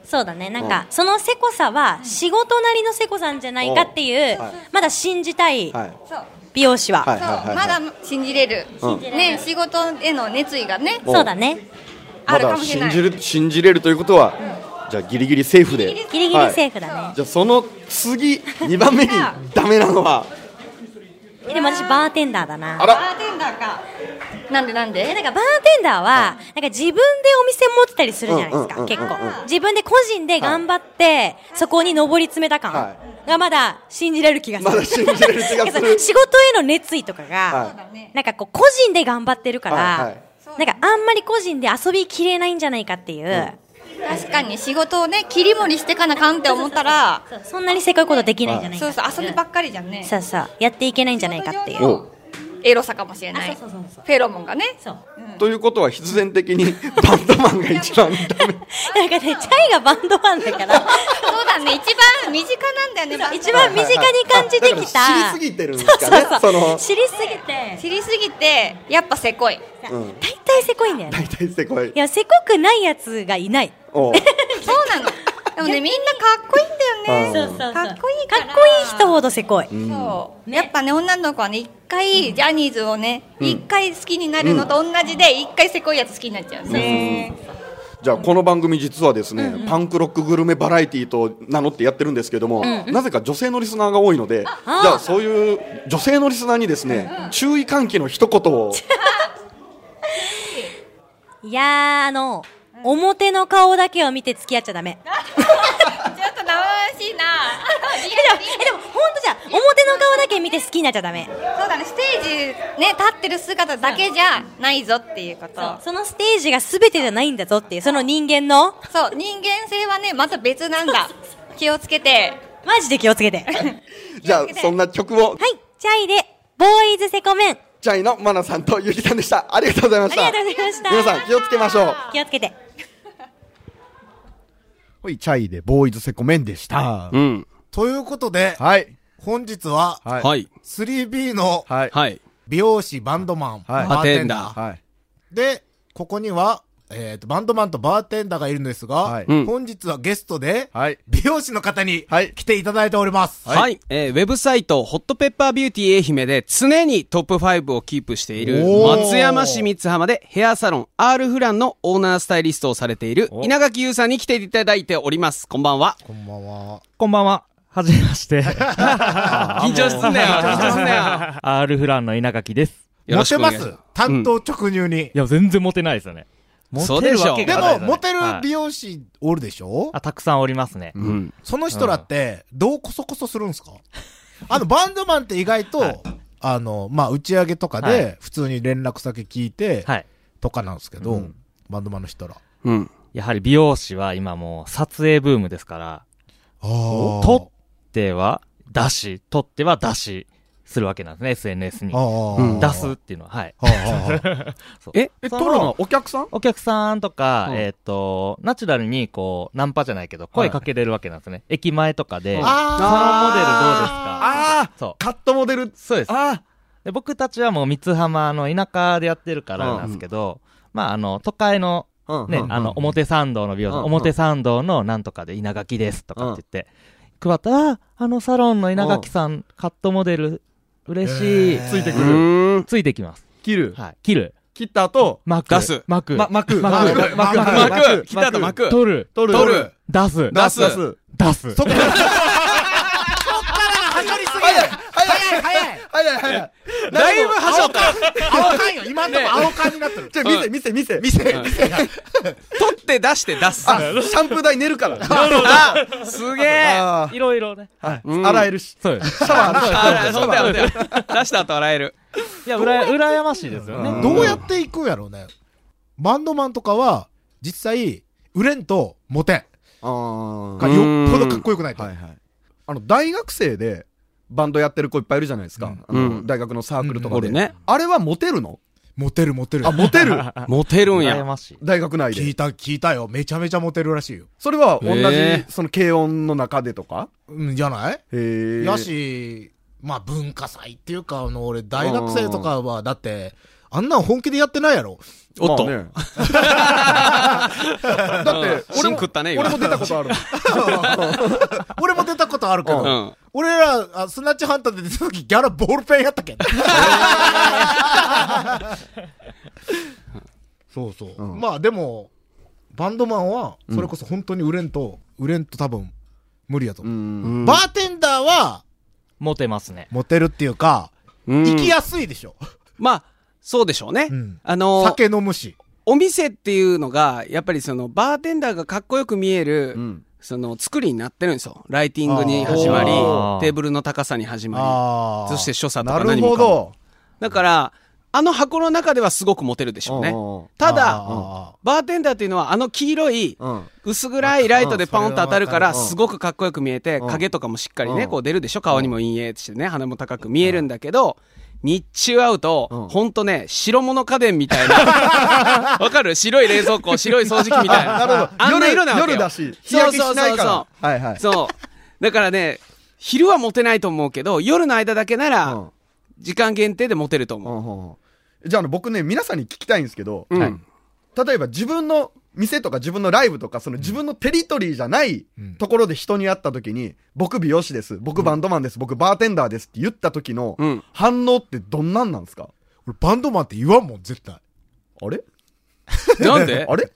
Speaker 6: そうだね。なんか、そのセコさは、仕事なりのセコさんじゃないかっていう
Speaker 4: はい、
Speaker 6: まだ信じたい
Speaker 4: はいはい
Speaker 7: そう
Speaker 6: 美容師は。
Speaker 4: はい
Speaker 7: そう
Speaker 4: はい
Speaker 7: まだ信じれる
Speaker 4: うん
Speaker 7: ね仕事への熱意がね
Speaker 4: お
Speaker 6: そうだね。
Speaker 7: あ
Speaker 4: ま
Speaker 7: るか
Speaker 4: だ
Speaker 7: もしれな
Speaker 4: 信
Speaker 7: い
Speaker 4: じる信じれるということは、じゃあギリギリセーフで
Speaker 6: ギリギリセーフだね。
Speaker 4: じゃあその次2番目にダメなのは
Speaker 6: えでも私バーテンダーだな。
Speaker 4: あ
Speaker 7: バ
Speaker 4: ら
Speaker 7: ーテンダーかなんでなん
Speaker 6: え
Speaker 7: で
Speaker 6: なんかバーテンダーは、なんか自分でお店持ってたりするじゃないで
Speaker 4: う
Speaker 6: すか、
Speaker 4: んうんうんうん
Speaker 6: 結
Speaker 4: うん
Speaker 6: 構。自分で個人で頑張って、そこに上り詰めた感
Speaker 4: は
Speaker 6: がまだ信じれる気がする。
Speaker 4: まだ信じれる気がする
Speaker 6: なんか仕事への熱意とかが、
Speaker 4: はい
Speaker 6: なんかこう個人で頑張ってるから、
Speaker 4: はいはい
Speaker 6: なんかあんまり個人で遊びきれないんじゃないかっていう、
Speaker 7: 確かに仕事をね切り盛りしてかなあかんって思ったら
Speaker 6: そうそんなにせこいことできないんじゃないか
Speaker 7: そう
Speaker 6: ってい
Speaker 7: そう遊びばっかりじゃんね
Speaker 6: そうそうやっていけないんじゃないかってい
Speaker 7: 仕事上
Speaker 6: う。
Speaker 7: のエロさかもしれない
Speaker 6: あそうそうそうそう
Speaker 7: フェロモンがね
Speaker 6: そう
Speaker 4: ということは必然的にバンドマンが一番ダメ
Speaker 6: なんかね、チャイがバンドマンだ から、
Speaker 7: そうだね一番身近なんだよねバンド
Speaker 6: 一番身近に感じてきた。
Speaker 4: あだから知りすぎてるんですかね
Speaker 6: そうそうそ
Speaker 4: そ
Speaker 6: う
Speaker 4: の
Speaker 6: 知りすぎて。
Speaker 7: 知りすぎてやっぱせ こい
Speaker 4: うん
Speaker 6: 大体せこいんだよね。
Speaker 4: 大体せこい
Speaker 6: いや、せこくないやつがいない。
Speaker 4: おう
Speaker 7: そうなのでもねみんなかっこいいんだよね
Speaker 4: そう
Speaker 6: そう
Speaker 7: かっこいい
Speaker 6: か
Speaker 7: か
Speaker 6: っ
Speaker 7: ら
Speaker 6: こいい人ほどせこい。
Speaker 7: そう、
Speaker 6: ね
Speaker 7: やっぱね女の子はね一回ジャニーズをね一、回好きになるのと同じで一回せこいやつ好きになっちゃうね、
Speaker 4: じゃあこの番組実はですね、パンクロックグルメバラエティーと名乗ってやってるんですけども、なぜか女性のリスナーが多いのでじゃあそういう女性のリスナーにですね、注意喚起の一言を
Speaker 6: いやー、あの、表の顔だけを見て付き合っちゃダメ。
Speaker 7: ちょっと生々し
Speaker 6: になっちゃダメ
Speaker 7: そうだねステージね立ってる姿だけじゃないぞっていうこと
Speaker 6: そうそのステージが全てじゃないんだぞっていうその人間の
Speaker 7: そう人間性はねまた別なんだ気をつけて
Speaker 6: マジで気をつけてはい
Speaker 8: じゃあそんな曲を
Speaker 6: チャイでボーイズセコメン
Speaker 8: チャイのマナさんとゆきさんでしたありがとうございました
Speaker 6: ありがとうございました
Speaker 8: 皆さん気をつけましょう
Speaker 6: 気をつけて
Speaker 4: ほい、チャイでボーイズセコメンでした。
Speaker 3: うん。
Speaker 2: ということで、
Speaker 4: はい。
Speaker 2: 本日は、
Speaker 4: はい。
Speaker 3: はい。
Speaker 2: 3B の
Speaker 4: はい。
Speaker 3: はい。
Speaker 2: 美容師、バンドマン、
Speaker 4: はい
Speaker 2: バーテンダー。
Speaker 4: はい。
Speaker 2: で、ここには、えっ、と、バンドマンとバーテンダーがいるんですが、
Speaker 4: はい
Speaker 3: うん
Speaker 2: 本日はゲストで、
Speaker 4: はい。
Speaker 2: 美容師の方に
Speaker 4: はい
Speaker 2: 来ていただいております。
Speaker 3: はい、えーウェブサイト、ホットペッパービューティー愛媛で常にトップ5をキープしている
Speaker 2: おー
Speaker 3: 松山市三浜でヘアサロン R フランのオーナースタイリストをされている稲垣優さんに来ていただいております。こんばんは。
Speaker 2: こんばんは。
Speaker 9: こんばんは。はじめまして。
Speaker 3: 緊張すんなよ、緊張すんな
Speaker 9: R フランの稲垣です。
Speaker 3: よ。よ
Speaker 2: モ
Speaker 3: ろし
Speaker 2: テ
Speaker 3: くお願
Speaker 2: ま
Speaker 3: いし
Speaker 2: す
Speaker 3: ます
Speaker 2: 担当直入に。
Speaker 9: いや、全然モテないですよね。モ
Speaker 3: そうでしょう
Speaker 2: でも、モテる
Speaker 9: はい
Speaker 2: 美容師おるでしょ、
Speaker 9: あ、たくさんおりますね。
Speaker 3: うん。
Speaker 2: その人らって、どうこそこそするんすかあの、バンドマンって意外と、あの、まあ、打ち上げとか
Speaker 9: は
Speaker 2: で、普通に連絡先聞いて、
Speaker 9: はい。
Speaker 2: とかなんですけど、バンドマンの人ら。
Speaker 3: うん。
Speaker 9: やはり美容師は今もう撮影ブームですから、撮っては出し、撮っては出しするわけなんですね、SNS に。
Speaker 2: あ
Speaker 9: 出す。っていうのは、はい。
Speaker 2: あ ー
Speaker 9: そう
Speaker 3: え、
Speaker 8: え
Speaker 9: そ
Speaker 8: 撮
Speaker 9: の
Speaker 8: るのはお客さん
Speaker 9: お客さんとか、
Speaker 3: うん
Speaker 9: えっ、と、ナチュラルにこう、ナンパじゃないけど、声かけれるわけなんですね。駅前とかで、そのモデルどうですか
Speaker 4: ああ
Speaker 9: そう。
Speaker 4: カットモデル、
Speaker 9: そうです。
Speaker 4: あ
Speaker 9: で僕たちはもう三津浜の田舎でやってるからなんですけど、まああの都会の
Speaker 4: あ
Speaker 9: ね、あの表参道の美容、
Speaker 4: うん
Speaker 9: 表参道のなんとかで稲垣ですとかって言って、配ったら、ああのサロンの稲垣さん、カットモデル、嬉しい、
Speaker 2: えー
Speaker 4: ついてく
Speaker 3: う
Speaker 4: る。
Speaker 3: ーん。
Speaker 9: ついてきます。
Speaker 4: 切る。
Speaker 9: はい。切る。
Speaker 4: 切った後、
Speaker 9: 巻く。
Speaker 3: 出す
Speaker 9: 巻く。
Speaker 4: ま、巻く。
Speaker 9: 巻く。
Speaker 4: 巻
Speaker 3: 巻
Speaker 4: く。
Speaker 3: く、来たと巻く。
Speaker 9: 取る。
Speaker 4: 取る。
Speaker 3: 取る。
Speaker 9: 出す。
Speaker 3: 出す
Speaker 4: 出す。
Speaker 9: 出す。
Speaker 2: そっから、そっからがりすぎる早い早い
Speaker 4: はいはいはい。
Speaker 3: だいぶはしょった。
Speaker 2: 青缶よ今んとこ青缶になってる。
Speaker 4: じゃあ、見せ、見せ、見せ。見せ。
Speaker 3: 取って出して出す。
Speaker 4: あ、シャンプー台寝るから。
Speaker 3: あすげえ。
Speaker 4: あ
Speaker 9: いろいろね。
Speaker 4: あ、はい。
Speaker 3: うん
Speaker 4: 洗えるし。
Speaker 9: そうです。
Speaker 4: シャワー洗える
Speaker 3: あそうだよ、そうだよ。出した後洗える。
Speaker 9: いや、うらや、羨ましいですよね。
Speaker 2: どうやっていくんやろうね。バンドマンとかは、実際、売れんとモテん。
Speaker 4: あ
Speaker 2: が
Speaker 4: ー
Speaker 2: よっぽどかっこよくないと。
Speaker 4: はいはい。あの、大学生で、バンドやってる子いっぱいいるじゃないですか。あ
Speaker 3: う
Speaker 4: の
Speaker 3: ん
Speaker 4: 大学のサークルと
Speaker 2: う
Speaker 4: か
Speaker 2: ん
Speaker 4: で。
Speaker 3: ね。
Speaker 4: あれはモテるの
Speaker 2: モテるモテる。
Speaker 4: あ、モ テる。
Speaker 3: モテるん
Speaker 9: 羨
Speaker 3: や。
Speaker 9: ましい。
Speaker 4: 大学内
Speaker 2: 聞
Speaker 4: で
Speaker 2: い。た、聞いたよ。めちゃめちゃモテるらしいよ。
Speaker 4: それは同じ
Speaker 3: へ、ー
Speaker 4: その軽音の中でとか
Speaker 2: うん、じゃない
Speaker 4: へえ。
Speaker 2: やし、まあ文化祭っていうか、あの、俺、大学生とかは、だって、あんなん本気でやってないやろ。
Speaker 3: おっと
Speaker 4: まあ。ねだって、
Speaker 3: 芯
Speaker 4: 俺も
Speaker 3: 食ったね、今
Speaker 4: 俺も出たこ とある。
Speaker 2: 俺も出たことあるけ
Speaker 4: う
Speaker 2: ど、俺ら、あスナッチハンターで出た時、ギャラボールペンやった けん。そうそう。
Speaker 4: うん
Speaker 2: まあでも、バンドマンは、それこそ本当に売れんと、売れんと多分、無理やと
Speaker 4: う
Speaker 2: 思う。
Speaker 4: ん。
Speaker 2: バーテンダーは、
Speaker 9: モテますね。
Speaker 2: モテるっていうか、
Speaker 3: うん
Speaker 2: 行きやすいでしょ。
Speaker 3: まあ、そうでしょうね。
Speaker 2: うん
Speaker 3: あの
Speaker 2: 酒飲むし。
Speaker 3: お店っていうのが、やっぱりその、バーテンダーがかっこよく見える、
Speaker 4: うん
Speaker 3: その、作りになってるんですよ。ライティングに始まり
Speaker 9: あー、
Speaker 3: テーブルの高さに始ま
Speaker 2: あ
Speaker 3: り、
Speaker 2: あ。
Speaker 3: そして所作と
Speaker 4: な
Speaker 3: か
Speaker 4: る
Speaker 3: 何も
Speaker 4: ほ
Speaker 3: かも。
Speaker 4: ど。
Speaker 3: だから、あの箱の中ではすごくモテるでしょうね
Speaker 4: うんうんうん。
Speaker 3: た
Speaker 2: あ
Speaker 3: だ、
Speaker 2: ー、
Speaker 3: バーテンダーっていうのは、あの黄色い、
Speaker 4: うん。
Speaker 3: 薄暗いライトでポンと当たるから、
Speaker 4: うん
Speaker 3: すごくかっこよく見えて、
Speaker 4: うん
Speaker 3: 影とかもしっかりね、
Speaker 4: うん
Speaker 3: こう出るでしょ顔にも陰影してね、鼻も高く見えるんだけど、日中会う
Speaker 4: う
Speaker 3: と
Speaker 4: ん、
Speaker 3: ほんとね、白物家電みたい な。わかる白い冷蔵庫、白い掃除機みたいな。
Speaker 4: あなるほど。
Speaker 3: あんな
Speaker 4: 夜
Speaker 3: 色なわけ
Speaker 4: 夜
Speaker 3: よ
Speaker 4: だ。し、日焼けしない
Speaker 3: そうそうそうそ
Speaker 4: か
Speaker 3: う
Speaker 4: ら。はいはい。
Speaker 3: そう。だからね、昼はモテないと思うけど、夜の間だけな
Speaker 4: うん
Speaker 3: ら、時間限定でモテると
Speaker 4: う
Speaker 3: 思う。
Speaker 4: んうんうんじゃああの僕ね皆さんに聞きたいんですけど、
Speaker 3: うん
Speaker 4: はい例えば自分の店とか自分のライブとかその自分のテリトリーじゃない
Speaker 2: うん
Speaker 4: ところで人に会った時に、僕美容師です僕バンドマンです、僕バーテンダーですって言った時の
Speaker 3: うん
Speaker 4: 反応ってどんなんなんですか
Speaker 2: 俺バンドマンって言わんもん、絶対。
Speaker 4: あれ
Speaker 3: なんで
Speaker 4: あれ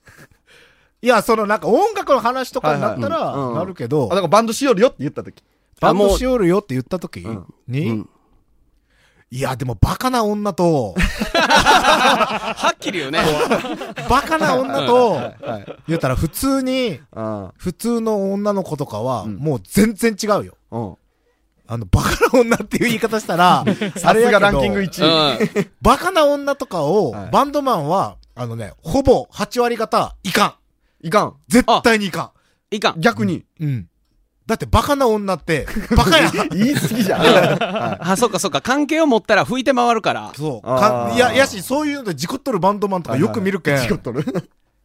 Speaker 2: いや、そのなんか音楽の話とかになったら、
Speaker 4: はいはいうんうん
Speaker 2: なるけ
Speaker 4: あ
Speaker 2: ど
Speaker 4: だか、らバンドしよるよって言った時
Speaker 2: バンドしおるよって言った時に、
Speaker 3: うん
Speaker 2: いや、でもバカな女と、
Speaker 3: はっきりよね。
Speaker 2: バカな女と、言ったら普通に、
Speaker 4: あ
Speaker 2: 普通の女の子とかは、もう全然違うよ。
Speaker 4: あうん
Speaker 2: あの、バカな女っていう言い方したら、あ
Speaker 4: さ
Speaker 2: れ
Speaker 4: す
Speaker 2: やけど
Speaker 4: がランキング
Speaker 3: う
Speaker 4: 1位。
Speaker 3: ん。
Speaker 2: バカな女とかを、
Speaker 4: はい
Speaker 2: バンドマンは、あのね、ほぼ8割方、いかん。
Speaker 4: いかん。
Speaker 2: 絶対にいか
Speaker 3: いかん。
Speaker 4: 逆に。
Speaker 2: ん。うん。だってバカな女って、バ カやん。
Speaker 4: 言い過ぎじゃん。はい
Speaker 3: あ、そっかそっか。関係を持ったら拭いて回るから。
Speaker 2: そう。
Speaker 4: あ
Speaker 2: か
Speaker 4: ー
Speaker 2: いや、やし、そういうので事故っとるバンドマンとかよく見るけん。
Speaker 4: 事故っとる。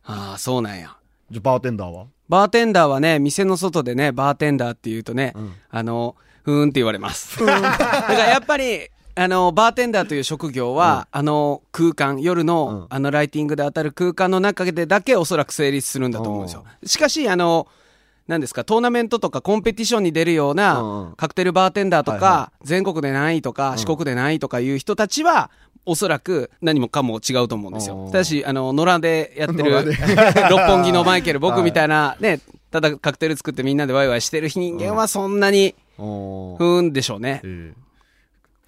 Speaker 3: ああ、そうなんや。
Speaker 4: じゃ、バーテンダーは
Speaker 3: バーテンダーはね、店の外でね、バーテンダーって言うとね、
Speaker 4: ん
Speaker 3: あの、ふーんって言われます。 だからやっぱり、あの、バーテンダーという職業は、あの、空間、夜の、あの、ライティングで当たる空間の中でだけおそらく成立するんだと思うんですよ。しかし、あの、なんですか、トーナメントとかコンペティションに出るよう
Speaker 4: うんう、
Speaker 3: なんカクテルバーテンダーとか、
Speaker 4: はいは
Speaker 3: 全国で何位とか、四国で何位とかいう人たちは、おそらく何もかも違うと思うんです
Speaker 4: う
Speaker 3: よ
Speaker 4: んう。ん
Speaker 3: ただし、あの、野良でやって
Speaker 4: 野
Speaker 3: る
Speaker 4: 良で、
Speaker 3: 六本木のマイケル、僕みたいな、ね、ただカクテル作ってみんなでワイワイしてる人間はそんなに、
Speaker 4: お
Speaker 3: ふーんでしょうね。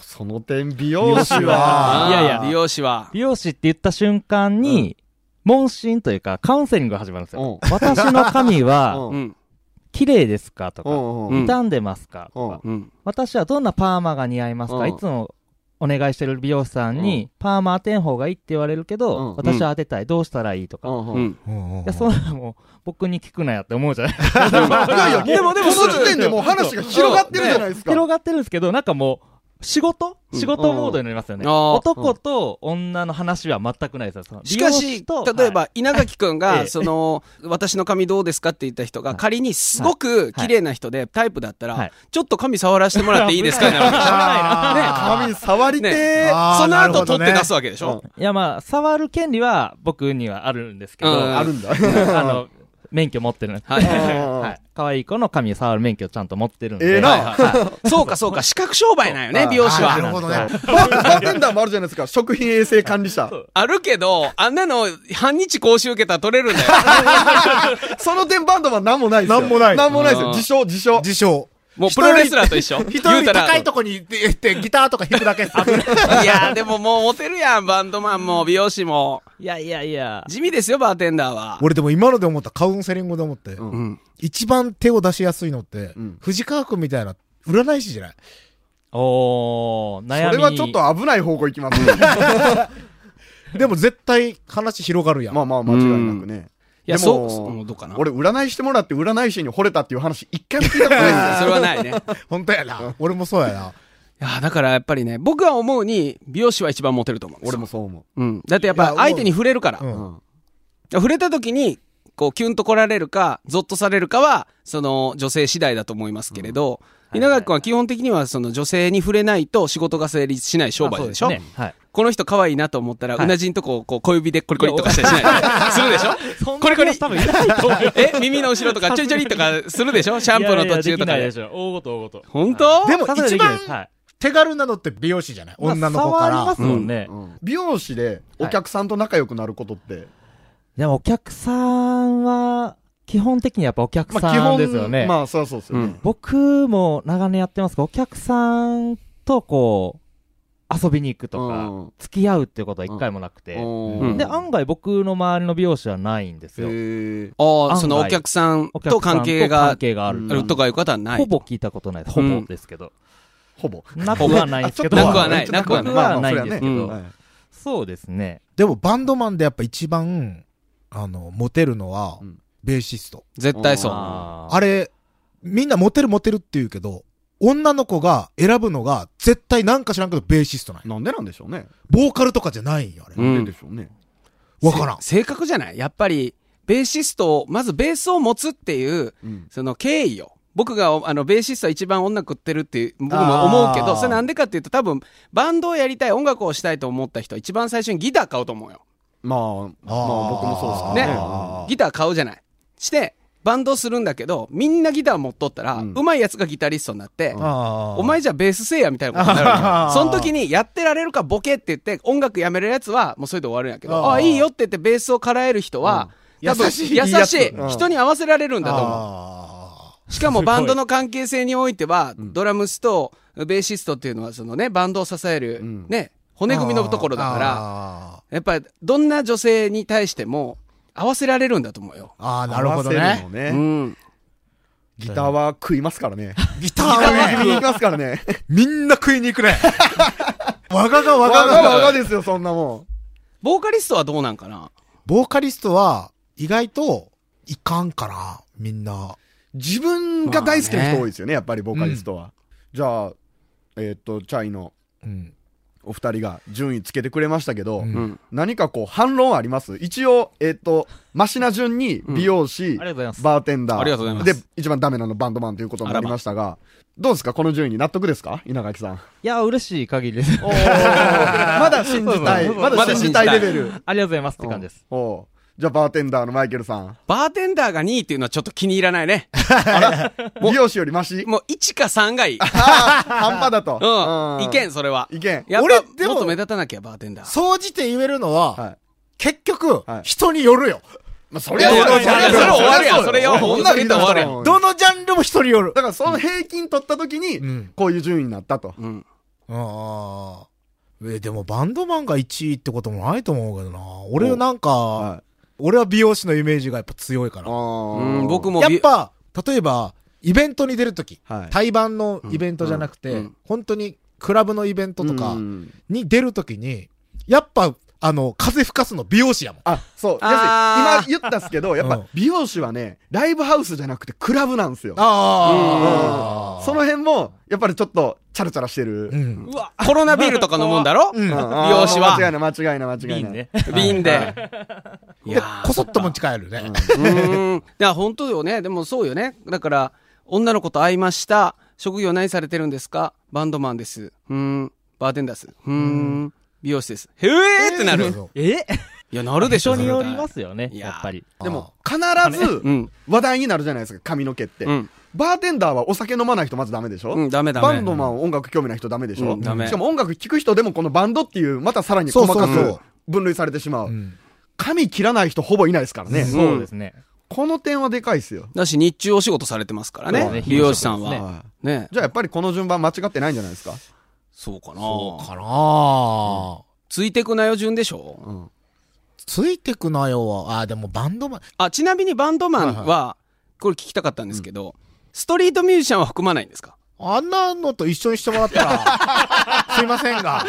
Speaker 4: その点、美容師
Speaker 2: 美容師は
Speaker 4: は、
Speaker 9: あーいやいや
Speaker 3: 美容師は。
Speaker 9: 美容師って言った瞬間に、問診というか、カウンセリングが始まるんですよ。私の髪 は、
Speaker 4: う
Speaker 3: うんん。
Speaker 9: 綺麗ですかと
Speaker 4: う
Speaker 9: か、
Speaker 4: ん
Speaker 3: う
Speaker 4: うんん。
Speaker 9: 傷んでますかとか、
Speaker 3: うん。
Speaker 9: 私はどんなパーマが似合います
Speaker 4: う
Speaker 9: か
Speaker 4: ん
Speaker 9: いつもお願いしてる美容師さん
Speaker 4: う
Speaker 9: に、パーマ当てん方がいいって言われるけ
Speaker 4: うん
Speaker 9: ど、私は当てたい。どうしたらいいとか。
Speaker 4: うん
Speaker 3: う
Speaker 4: うん
Speaker 3: ん。
Speaker 2: うんうん
Speaker 9: いや、そんなのもう僕に聞くなやって思うじゃない
Speaker 4: いやいや、
Speaker 3: でもでも
Speaker 4: その時点でもう話が広がってるじゃないですか。
Speaker 9: 広がってるんですけど、なんかもう、仕事仕事モードになりますよね。
Speaker 3: うんあー
Speaker 9: 男と女の話は全くないですよその。
Speaker 3: しか
Speaker 9: 美容
Speaker 3: し
Speaker 9: 師と、
Speaker 3: 例え、ば、稲垣くん
Speaker 9: え
Speaker 3: が、
Speaker 9: え
Speaker 3: その、私の髪どうですかって言った人が、仮にすごく綺麗な人で、タイプだった
Speaker 9: は
Speaker 3: ら
Speaker 9: い、
Speaker 3: ちょっと髪触らせてもらっていいですか
Speaker 9: 危 ない
Speaker 3: ね。
Speaker 2: あー
Speaker 4: 髪に触りて
Speaker 3: ね
Speaker 4: ー
Speaker 2: あー
Speaker 3: その
Speaker 2: なるほ
Speaker 3: 後
Speaker 2: ど
Speaker 3: 取
Speaker 2: ね
Speaker 3: って出すわけでしょ。
Speaker 9: いやまあ、触る権利は僕にはあ るんですけど、
Speaker 3: うん
Speaker 4: あるんだ。
Speaker 9: あの、免許持ってるの。
Speaker 3: はい
Speaker 9: はい。可愛い子の髪を触る免許をちゃんと持ってるんで。
Speaker 4: ええな
Speaker 9: はいはいはい
Speaker 3: そうか、そうか、視覚商売なんよね、美容師
Speaker 2: あーなる
Speaker 3: は。
Speaker 2: ほどね。
Speaker 4: バーテンダーもあるじゃないですか。食品衛生管理者。
Speaker 3: あるけど、あんなの、半日講習受けたら取れるんだよ。
Speaker 4: その点バンドは何もないですよ。
Speaker 2: 何もない
Speaker 4: 何もないです
Speaker 3: う
Speaker 4: よ。
Speaker 3: ん
Speaker 4: 自称、自称。
Speaker 2: 自称。
Speaker 3: もうプロレスラーと一 緒。
Speaker 2: 人より高いとこに行って行って、ギターとか弾くだけっす。
Speaker 3: いや、でももうモテるやん、バンドマンも、美容師も。
Speaker 9: いやいやいや。
Speaker 3: 地味ですよ、バーテンダーは。
Speaker 2: 俺でも今ので思った、カウンセリングで思って、
Speaker 4: ん
Speaker 3: うん。
Speaker 2: 一番手を出しやすいのって、
Speaker 4: うん
Speaker 2: 藤川君みたいな、占い師じゃない
Speaker 9: お
Speaker 4: そ
Speaker 9: ー、悩み。
Speaker 4: れはちょっ。と危ない方向行きますね。
Speaker 2: でも絶対話広がるやん。
Speaker 4: まあまあ、間違いなくね。
Speaker 3: いや、
Speaker 4: で
Speaker 3: そ
Speaker 4: も
Speaker 3: う、そうどうかな。
Speaker 4: 俺、占いしてもらって占い師に惚れたっていう話、一回も聞いたことないです
Speaker 3: それはないね。い
Speaker 2: 本当やな。俺もそうやな。
Speaker 3: や、だからやっぱりね、僕は思うに、美容師は一番モテると思うんです
Speaker 4: 俺
Speaker 3: よ。
Speaker 4: もそう思
Speaker 3: うん。だってやっぱ相手に触れるから。
Speaker 2: うん
Speaker 4: う。
Speaker 3: 触れた時に、こう、キュンと来られるか、ゾッとされるかは、その、女性次第だと思いますけれど、稲垣君は基本的には、その、女性に触れないと仕事が成立しない商売でしょ、
Speaker 9: ねはい。
Speaker 3: この人可愛いなと思ったら、
Speaker 9: はいう
Speaker 3: なじんとこをこう小指でコリコリとかしたりしないするでしょ コリコリ
Speaker 9: 多分いないと思う。
Speaker 3: え耳の後ろとかちょいちょいとかするでしょシャンプーの途中とか
Speaker 9: いやいや
Speaker 3: で。
Speaker 9: できないでしょ。大ごと大ごと。
Speaker 3: 本当
Speaker 2: でも
Speaker 9: さすがに
Speaker 2: 一
Speaker 9: できない
Speaker 2: 番
Speaker 9: ですはい。
Speaker 2: 手軽なのって美容師じゃない女の子か
Speaker 9: まあ触りま
Speaker 2: ら
Speaker 9: す。もんね。
Speaker 4: ん。美容師でお客さんと仲良くなることって、
Speaker 9: でもお客さんは、基本的にやっぱお客さんですよね。
Speaker 4: まあ、そりゃそうですよね。
Speaker 9: 僕も長年やってますけど、お客さんとこう、遊びに行くとか、
Speaker 4: うん
Speaker 9: 付き合うっていうことは一回もなくて。
Speaker 3: うん
Speaker 9: で、案外僕の周りの美容師はないんですよ。
Speaker 4: へえ。
Speaker 3: ああ、
Speaker 9: 案外
Speaker 3: そのお客さん
Speaker 9: お客さ
Speaker 3: と
Speaker 9: ん
Speaker 3: 関係が
Speaker 9: 関係がある。
Speaker 3: あるとかいう方はない。
Speaker 9: ほぼ聞いたことないです。ほ
Speaker 3: う
Speaker 9: ぼ
Speaker 3: ん
Speaker 9: ですけど。
Speaker 4: ほぼ。
Speaker 9: なくはないですけど。
Speaker 3: なくはない
Speaker 9: ちょっとなく
Speaker 4: まあ
Speaker 9: は
Speaker 4: ま
Speaker 9: な
Speaker 4: あ
Speaker 9: い
Speaker 4: そ
Speaker 9: ん
Speaker 4: り
Speaker 9: で
Speaker 4: ゃね
Speaker 9: すけ
Speaker 3: う
Speaker 9: ど。
Speaker 3: ん
Speaker 4: はい
Speaker 9: そうですね。
Speaker 2: でもバンドマンでやっぱ一番、あの、モテるのは
Speaker 4: うん、
Speaker 2: ベーシスト。
Speaker 3: 絶対そう。
Speaker 9: あー
Speaker 2: あれ、みんなモテるモテるって言うけど、女の子が選ぶのが絶対なんか知らんけどベーシストなんよ
Speaker 4: なんでなんでしょうね。
Speaker 2: ボーカルとかじゃないんよ、あれ
Speaker 3: う。
Speaker 4: なん
Speaker 3: ん
Speaker 4: ででしょうね。
Speaker 2: わからん。
Speaker 3: せ性格じゃないやっぱり、ベーシストを、まずベースを持つっていう、
Speaker 4: うん
Speaker 3: その経緯を。僕が、あの、ベーシストは一番音楽売ってるっていう、僕も思うけ
Speaker 2: あ
Speaker 3: ど、
Speaker 2: ー
Speaker 3: それなんでかっていうと、多分、バンドをやりたい、音楽をしたいと思った人は一番最初にギター買うと思うよ。
Speaker 4: まあ、まあ僕もそうです
Speaker 2: あー
Speaker 4: けど
Speaker 3: ねギター買うじゃない。して、バンドするんだけど、みんなギター持っとったら、
Speaker 4: うん
Speaker 3: 上手いやつがギタリストになって、お
Speaker 2: お
Speaker 3: 前じゃベースせえやみたいなことになる
Speaker 2: あ
Speaker 3: わ
Speaker 2: ー
Speaker 3: け。その時にやってられるかボケって言って、音楽やめるやつはもうそれで終わるんやけど、
Speaker 2: あー
Speaker 3: ああー、いいよって言ってベースをからえる人は、
Speaker 2: うん
Speaker 3: 多分
Speaker 2: 優しい
Speaker 3: 優
Speaker 2: いいや
Speaker 3: し
Speaker 2: つ
Speaker 3: い
Speaker 2: うん
Speaker 3: 人に合わせられるんだと思
Speaker 2: あ
Speaker 3: う。しかもバンドの関係性においては、ドラムスとベーシストっていうのはそのね、バンドを支える、
Speaker 4: うん
Speaker 3: ね、
Speaker 2: ー
Speaker 3: 骨組みのところだから、
Speaker 2: あ
Speaker 3: やっぱりどんな女性に対しても合わせられるんだと思うよ。
Speaker 2: ーあー、なるほど
Speaker 4: 合わ
Speaker 2: ね
Speaker 4: せる。の
Speaker 3: う
Speaker 4: ね。
Speaker 3: ん。
Speaker 4: ギターは食いますからね。
Speaker 2: ギターは
Speaker 4: 食いに行きますからね。
Speaker 2: みんな食いに行くね。わががわ
Speaker 4: わ
Speaker 2: が
Speaker 4: がわ
Speaker 2: が。
Speaker 4: がですよ、そんなもん。
Speaker 3: ボーカリストはどうなんかな
Speaker 2: ボーカリストは意外といかんかな、みんな。
Speaker 4: 自分が大好きな人多いですよね、やっぱりボーカリストは。じゃあ、えーっと、チャイの
Speaker 2: うん。
Speaker 4: お二人が順位つけてくれましたけど、
Speaker 2: う
Speaker 3: うんん。
Speaker 4: 何かこう反論あります一応、えーっと、マシな順に美容師、
Speaker 9: りがとうございます。
Speaker 4: バーテンダー。
Speaker 3: ありがとうございます
Speaker 4: で、一番ダメなのバンドマンということになりましたが、どうですかこの順位に納得ですか稲垣さん。
Speaker 9: いや、嬉しい限りで す。
Speaker 4: まだ信じたい。
Speaker 9: そうそう
Speaker 4: まだ信じたいレベル。
Speaker 9: ありがとうございますって感じです。
Speaker 4: おうじゃあ、バーテンダーのマイケルさん。
Speaker 3: バーテンダーが2位っていうのはちょっと気に入らないね。
Speaker 4: 美容師よりマシ
Speaker 3: もう1か3がいい。
Speaker 4: 半端だと。
Speaker 3: うん。いけん、それは。
Speaker 4: いけん。
Speaker 3: やっ
Speaker 2: 俺
Speaker 3: ぱ、
Speaker 2: でも
Speaker 3: もっと目立たなきゃ、バーテンダー。
Speaker 2: 総じて言えるのは、
Speaker 4: はい
Speaker 2: 結局、
Speaker 4: はい
Speaker 2: 人によるよ。
Speaker 4: まあ、そ
Speaker 3: りゃそうだよそれは終わるやんそれよ
Speaker 4: 女見た
Speaker 3: それよ
Speaker 2: どのジャンルも人による。
Speaker 4: だから、その平均取った時
Speaker 2: う
Speaker 4: に、
Speaker 2: ん。
Speaker 4: こういう順位になったと。
Speaker 3: うん。
Speaker 2: ああ。え、でもバンドマンが1位ってこともないと思うけどな。俺なんか、
Speaker 4: は
Speaker 2: 俺は美容師のイメージがやっぱ強いか
Speaker 4: い。
Speaker 2: ら。
Speaker 3: うん、僕
Speaker 4: も。
Speaker 3: も
Speaker 2: や
Speaker 3: び、
Speaker 2: っぱ、例えば、イベントに出るとき、
Speaker 4: はい
Speaker 2: 対バンのイベントじゃなくて、
Speaker 3: うんうん
Speaker 2: 本当にクラブのイベントとか
Speaker 4: うん
Speaker 2: に出るときに、やっぱ、あの、風吹かすの美容師やもん。
Speaker 4: あ、そう。
Speaker 3: あー
Speaker 4: 要するに今言ったっすけど、やっ
Speaker 2: うん
Speaker 4: ぱ、美容師はね、ライブハウスじゃなくてクラブなんですよ。
Speaker 2: あ
Speaker 4: その辺も、やっぱりちょっと、チャラチャラしてる。
Speaker 2: う
Speaker 4: うん
Speaker 2: ん。
Speaker 3: うわ、コロナビールとか飲むんだろ
Speaker 2: うん。で、
Speaker 4: あー
Speaker 3: 美容師は
Speaker 4: 間違いない、間違いない、間違い
Speaker 9: 瓶
Speaker 4: ない。
Speaker 9: ね。
Speaker 3: 瓶で。いやー
Speaker 2: こそっと持ち帰るね。
Speaker 3: うーん。いや、本当よね。でもそうよね。だから、女の子と会いました。職業何されてるんですかバンドマンです。うーん。バーテンダーです。うーん。美容師です。へえーってなる。
Speaker 2: そう
Speaker 9: え
Speaker 3: いや、なるでしょ、
Speaker 9: 人によ
Speaker 3: 絶
Speaker 9: り
Speaker 3: 対
Speaker 9: ますよね、
Speaker 3: いや
Speaker 9: やっぱり。
Speaker 4: でも、必ず
Speaker 3: う、ん。
Speaker 4: 話題になるじゃないですか、髪の毛って。
Speaker 3: うん。
Speaker 4: バーテンダーはお酒飲まない人まずダメでしょ
Speaker 3: うん、ダメダメ。
Speaker 4: バンドマン音楽興味ない人ダメでしょ、
Speaker 3: うんダメ
Speaker 4: しかも音楽聴く人でもこのバンドっていう、またさらに細か
Speaker 2: そうそうそう
Speaker 4: く分類されてしまう。
Speaker 2: うん
Speaker 4: 髪切らない人ほぼいないですからね。
Speaker 9: そうですね。
Speaker 4: この点はでかいですよ。
Speaker 3: だし、日中お仕事されてますから
Speaker 9: そ
Speaker 3: ね
Speaker 9: うね。
Speaker 3: 美容師さん
Speaker 9: 昼食
Speaker 3: は。
Speaker 4: は
Speaker 3: ね
Speaker 4: い。じゃあやっぱりこの順番間違ってないんじゃないですか
Speaker 3: そうかな
Speaker 2: そうかな
Speaker 3: ついてくなよ順でしょ
Speaker 4: うん。
Speaker 2: ついてくなよは、あー、でもバンドマン、
Speaker 3: あ、ちなみにバンド
Speaker 2: は
Speaker 3: マ
Speaker 2: い
Speaker 3: ンは、これ聞きたかったんですけど、ストリートミュージシャンは含まないんですか
Speaker 2: あんなのと一緒にしてもら ったら、すいませんが、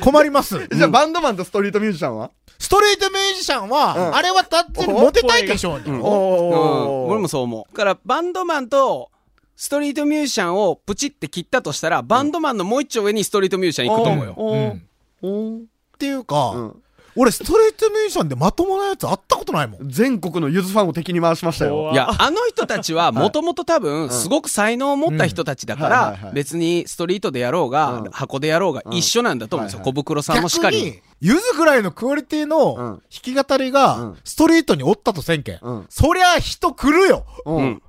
Speaker 2: 困ります。
Speaker 4: じゃあバンドマンとストリートミュージシャンは、
Speaker 2: ストリートミュージシャンは、
Speaker 4: うん
Speaker 2: あれはたってモテたいでしょう
Speaker 4: お
Speaker 2: よ。
Speaker 3: うん。
Speaker 4: おー
Speaker 3: 俺もそう思う。だから、バンドマンと、ストリートミュージシャンをプチって切ったとしたら、バンドマンのもう一丁上にストリートミュージシャン行くと思うよ。
Speaker 4: お
Speaker 2: う
Speaker 4: ー
Speaker 2: ん
Speaker 4: おー
Speaker 2: っていうか、
Speaker 4: うん
Speaker 2: 俺ストリートミュージシャンでまともなやつ会ったことないもん。
Speaker 4: 全国のゆずファンを敵に回しましたよ。
Speaker 9: おー
Speaker 3: いや、あの人たちはもともと多分、すごく才能を持った人たちだか
Speaker 4: うんはいはいは
Speaker 3: ら
Speaker 4: い、
Speaker 3: 別にストリートでやろうが
Speaker 4: うん、
Speaker 3: 箱でやろうが一緒なんだと思うんですよ。
Speaker 4: はいは
Speaker 3: 小袋さんもしっ
Speaker 2: 逆
Speaker 3: かり。
Speaker 2: に、ゆずぐらいのクオリティ
Speaker 4: う
Speaker 2: の
Speaker 4: ん
Speaker 2: 弾き語りが
Speaker 4: うん、
Speaker 2: ストリートにおったとせんけん。
Speaker 4: うん
Speaker 2: そりゃ人来るよ。
Speaker 4: う
Speaker 3: うん。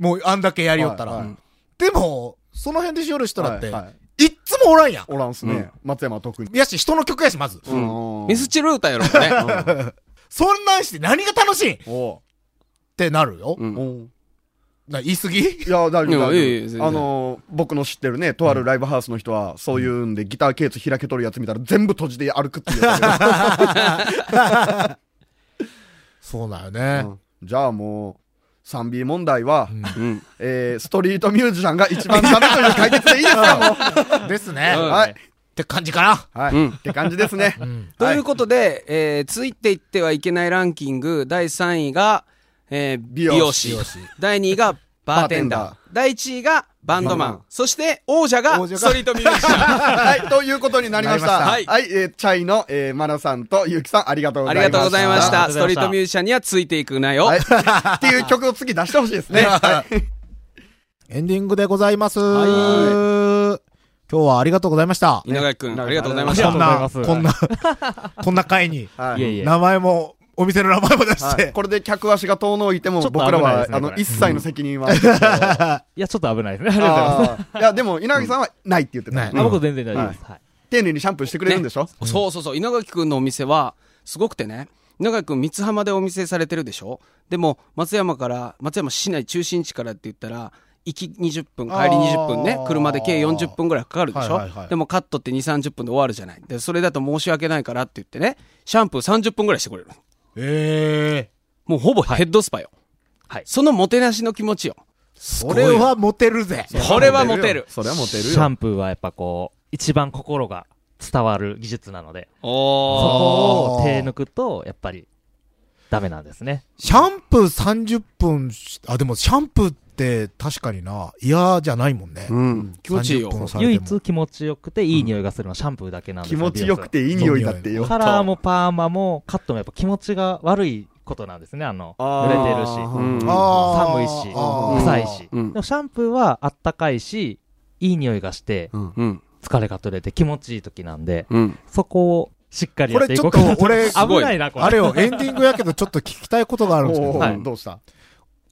Speaker 2: もうあんだけやりよったら。
Speaker 4: はいはい
Speaker 2: うんでも、その辺でしよる人だって、
Speaker 4: はい
Speaker 2: い
Speaker 4: は
Speaker 2: っつもおらんやん。
Speaker 4: おらんすね。松山は特に。
Speaker 2: やし、人の曲やし、まず。
Speaker 4: うん
Speaker 3: ミスチル歌やろうね。
Speaker 2: そんなんして何が楽しいっ
Speaker 4: お
Speaker 2: てなるよ。
Speaker 3: う
Speaker 4: ー
Speaker 3: ん
Speaker 4: おー
Speaker 2: な言い過ぎ
Speaker 4: いや、大丈夫、大
Speaker 3: いやいやいや全
Speaker 4: 丈
Speaker 3: 然
Speaker 4: 夫。あのー、僕の知ってるね、とあるライブハウスの人は、そういうんで、ギターケース開けとるやつ見たら、全部閉じ て歩くっていうやつだ
Speaker 2: そうだよ
Speaker 4: け
Speaker 2: ね
Speaker 4: ど。。うんじゃあもう、3B 問題は、
Speaker 3: うん。
Speaker 4: えー、ストリートミュージシャンが一番ダメという解決でいいですか、も
Speaker 2: ですね。
Speaker 4: う。
Speaker 3: うん
Speaker 4: はい。
Speaker 2: って感じかな。
Speaker 4: はい、
Speaker 3: うん
Speaker 4: って感じですね。
Speaker 3: ということで、えーついていってはいけないランキング、第3位が、えー
Speaker 4: 美
Speaker 3: 美
Speaker 4: 容
Speaker 3: 容師。
Speaker 2: 美容師
Speaker 3: 第2位が、バーテンダー。
Speaker 4: バーテン
Speaker 3: 第1位が、バンドマン。そして、王者が
Speaker 2: 王者、が
Speaker 3: ストリートミュージシャン。
Speaker 4: はい、ということになりました。
Speaker 3: な
Speaker 4: は
Speaker 3: り
Speaker 4: い、
Speaker 3: ま
Speaker 4: えー、チャイの、えー、マナさんとゆうきさん、 ありがとうご
Speaker 3: あ
Speaker 4: ざい
Speaker 3: り
Speaker 4: まし
Speaker 3: が
Speaker 4: た。
Speaker 3: とうございまし
Speaker 9: あ
Speaker 3: た。
Speaker 9: りがとうございました
Speaker 3: ストリートミュージシャンにはついていくなよ。
Speaker 4: はい。っていう曲を次出してほしい ですね。はい。
Speaker 2: エンディングでございます。
Speaker 3: い
Speaker 2: 今日はありがとうございました。
Speaker 3: 稲垣くん、ありがとうございまし
Speaker 2: こん。
Speaker 3: た
Speaker 9: あり
Speaker 2: な、
Speaker 9: がとう
Speaker 2: こ
Speaker 9: ござ
Speaker 2: ん
Speaker 9: い
Speaker 2: な、こんな回に、
Speaker 4: はい
Speaker 9: いえいえ。
Speaker 2: 名前も、お店の名前も出し
Speaker 4: はい、
Speaker 2: て。
Speaker 4: これで客足が遠のいても
Speaker 9: ちょっと
Speaker 4: 僕ら
Speaker 9: 危ない
Speaker 4: は、
Speaker 9: ですね
Speaker 4: あ
Speaker 9: こ
Speaker 4: の
Speaker 9: れ
Speaker 4: 一切の責任は、あ
Speaker 9: いや、ちょっと危ないですね。ありがとうございます。
Speaker 4: ーいやでも稲垣さんはないって言ってた、
Speaker 2: ない
Speaker 9: あ、僕全然大丈夫です。はい。
Speaker 4: 丁寧にシャンプーしてくれるんでしょ、
Speaker 3: そうそうそう。稲垣くんのお店は、すごくてね。稲垣くん、三津浜でお店されてるでしょでも、松山から、松山市内中心地からって言ったら、行き20分、帰り20分ね
Speaker 2: あー。
Speaker 3: 車で計40分ぐらいかかるでしょ、
Speaker 2: はいはいはい
Speaker 3: でもカットって2、30分で終わるじゃない。で、それだと申し訳ないからって言ってね、シャンプー30分ぐらいしてくれる。
Speaker 2: ええ
Speaker 3: もうほぼヘッドスパよ。
Speaker 9: はい
Speaker 3: そのもてなしの気持ちよ。
Speaker 2: それはモテるぜ。
Speaker 3: これはモテる。
Speaker 4: それはモテる
Speaker 9: シャ
Speaker 4: よ。
Speaker 9: ンプーはやっぱこう、一番心が伝わる技術なので、
Speaker 3: おー。
Speaker 9: そこを手抜くと、やっぱり、ダメなんですね。
Speaker 2: シャンプー30分し、あ、でもシャンプーって確かにな、嫌じゃないもんね。
Speaker 8: うん。
Speaker 3: 気持ちいいよ
Speaker 2: 30分されても
Speaker 9: 唯一気持ちよくていい匂いがするのはシャンプーだけなんです
Speaker 4: 気
Speaker 9: よ
Speaker 4: 持ちよくていい匂いだって
Speaker 9: 美容
Speaker 4: よ。
Speaker 9: 室はカラーもパーマもカットもやっぱ気持ちが悪いことなんですね、あの、
Speaker 4: あ
Speaker 9: 濡
Speaker 4: ー
Speaker 9: れてるし。
Speaker 8: うん
Speaker 2: あ
Speaker 9: 寒い
Speaker 2: ー
Speaker 9: し、
Speaker 2: あー
Speaker 9: 臭いし。で
Speaker 8: うん
Speaker 9: もシャンプーはあったかいし、いい匂いがして、
Speaker 8: うん。
Speaker 9: 疲れが取れて気持ちいい時なんで、
Speaker 8: うん。
Speaker 9: そこをしっかりやっていこう
Speaker 2: これ
Speaker 9: か
Speaker 2: ちょ
Speaker 9: な
Speaker 2: っと俺
Speaker 9: 危ないな、これ。
Speaker 2: あれよ、エンディングやけどちょっと聞きたいことがあるんですけ
Speaker 4: お
Speaker 2: ど、
Speaker 4: ーどうした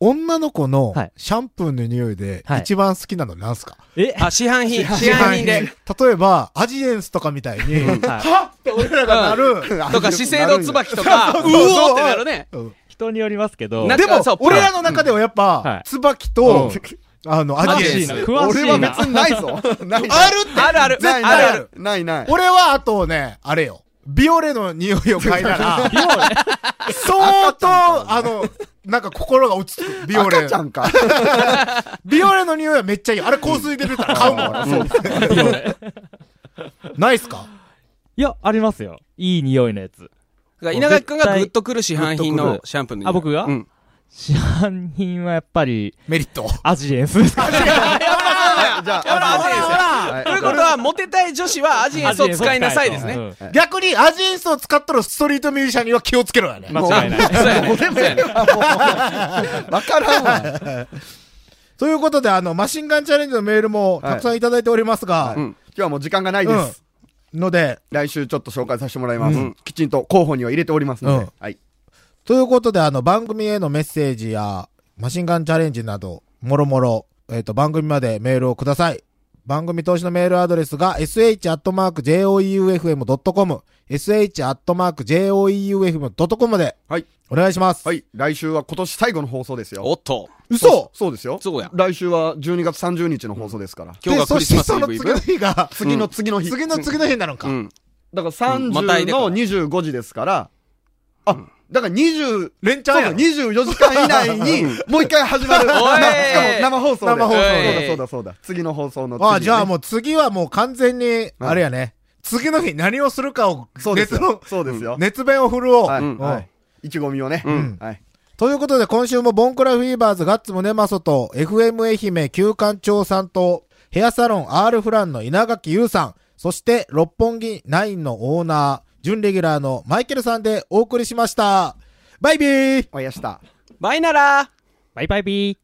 Speaker 2: 女の子の
Speaker 9: はい
Speaker 2: シャンプーの匂いで
Speaker 9: はい
Speaker 2: 一番好きなのなんすか、
Speaker 9: え
Speaker 3: あ、市販品。市販品
Speaker 2: 例
Speaker 3: で。
Speaker 2: えば、アジエンスとかみたいに、
Speaker 9: はい
Speaker 4: って俺らがなる。
Speaker 3: とか、資生堂椿とか、うおーってなるね。
Speaker 9: 人によりますけど、
Speaker 3: な
Speaker 2: でも
Speaker 3: そう、
Speaker 2: 俺らの中ではやっ
Speaker 9: は
Speaker 2: ぱ
Speaker 9: い、
Speaker 2: 椿と、あの、アジ
Speaker 9: 詳
Speaker 2: エ
Speaker 9: し
Speaker 2: ン
Speaker 9: い
Speaker 2: ス
Speaker 9: な。。
Speaker 4: 俺は
Speaker 9: 詳しい
Speaker 4: 別
Speaker 9: な。
Speaker 4: にないぞ。ない
Speaker 2: あるって
Speaker 3: あるある。あ
Speaker 4: ない
Speaker 3: る
Speaker 4: ない
Speaker 3: ある。
Speaker 4: ないない。
Speaker 2: 俺はあとね、あれよ。ビオレの匂いを嗅いだら、相当、あの、なんか心が落ち着く。ビオレ
Speaker 4: 赤ち。ゃんか。
Speaker 2: ビオレの匂いはめっちゃいい。あれ香水で出たら買うもん。俺ないっすか
Speaker 9: いや、ありますよ。いい匂いのやつ。
Speaker 3: だから稲垣くんがグッとくる市販品
Speaker 9: グッ
Speaker 3: の
Speaker 9: とくる
Speaker 3: シャンプーの匂い。
Speaker 9: あ、僕が
Speaker 8: うん
Speaker 9: 市販品はやっぱり、
Speaker 2: メリット。
Speaker 9: アジエンスですかね。
Speaker 4: じゃ
Speaker 3: やめろ
Speaker 4: あ、
Speaker 3: アジエンス
Speaker 4: はい
Speaker 3: ということは、モテたい女子はアジエンスを使いなさいですね。
Speaker 9: うん
Speaker 2: 逆にアジエンスを使っとるストリートミュージシャンには気をつけろやね。
Speaker 9: 間違いない。
Speaker 3: そうやねそうやね
Speaker 4: わからんわ。
Speaker 2: ということで、あの、マシンガンチャレンジのメールもたくさんいただいておりますが、
Speaker 4: 今日はもう時間がないです。
Speaker 2: うん。ので、
Speaker 4: 来週ちょっと紹介させてもらいます
Speaker 2: うん。
Speaker 4: きちんと候補には入れております
Speaker 2: う
Speaker 4: の
Speaker 2: ん
Speaker 4: で。はい。
Speaker 2: ということで、あの、番組へのメッセージや、マシンガンチャレンジなど、もろもろ、えっ、と、番組までメールをください。番組投資のメールアドレスが、sh.joeufm.com、sh.joeufm.com で、
Speaker 4: はい。
Speaker 2: お願いします。
Speaker 4: はい。来週は今年最後の放送ですよ。
Speaker 3: おっと。
Speaker 2: 嘘
Speaker 4: そうですよ。
Speaker 3: そうや
Speaker 4: 来週は12月30日の放送ですから。
Speaker 3: 今日がクリスマスイブイ
Speaker 2: で
Speaker 3: ブ
Speaker 2: そ。してその次の日が、
Speaker 4: 次の次の日。
Speaker 2: 次の次の日になるのか。
Speaker 8: うん。
Speaker 4: だから
Speaker 3: うんまた入れ
Speaker 4: 30
Speaker 3: 替わ
Speaker 4: の
Speaker 3: る
Speaker 4: 25時ですから、あ、だから20、
Speaker 2: 連チ
Speaker 4: そ
Speaker 2: ャ
Speaker 4: う
Speaker 2: ンや
Speaker 4: だ、
Speaker 2: ろ
Speaker 4: 24時間以内に、もう一回始まる。なしかも生放送で。
Speaker 2: 生放送
Speaker 3: で
Speaker 4: そうだ、そうだ、そうだ。次の放送の次、
Speaker 2: ああ、じゃあ
Speaker 4: う。
Speaker 2: もう次はもう完全に、あれやね、次の日何をするかを、
Speaker 4: そうです
Speaker 2: 熱
Speaker 4: よ
Speaker 2: の。、
Speaker 4: そうですよ。
Speaker 2: 熱弁を振るおう。
Speaker 4: はい、
Speaker 8: うん
Speaker 4: はい。意気込みをね。
Speaker 8: ん
Speaker 4: はい。
Speaker 2: ということで、今週もボンクラフィーバーズガッツムネマソと、FM 愛媛旧館長さんと、ヘアサロン R フランの稲垣優さん、そして、六本木ナインのオーナー、準レギュラーのマイケルさんでお送りしました。バイビー
Speaker 4: おやした。
Speaker 3: バイなら
Speaker 9: バイバイビー。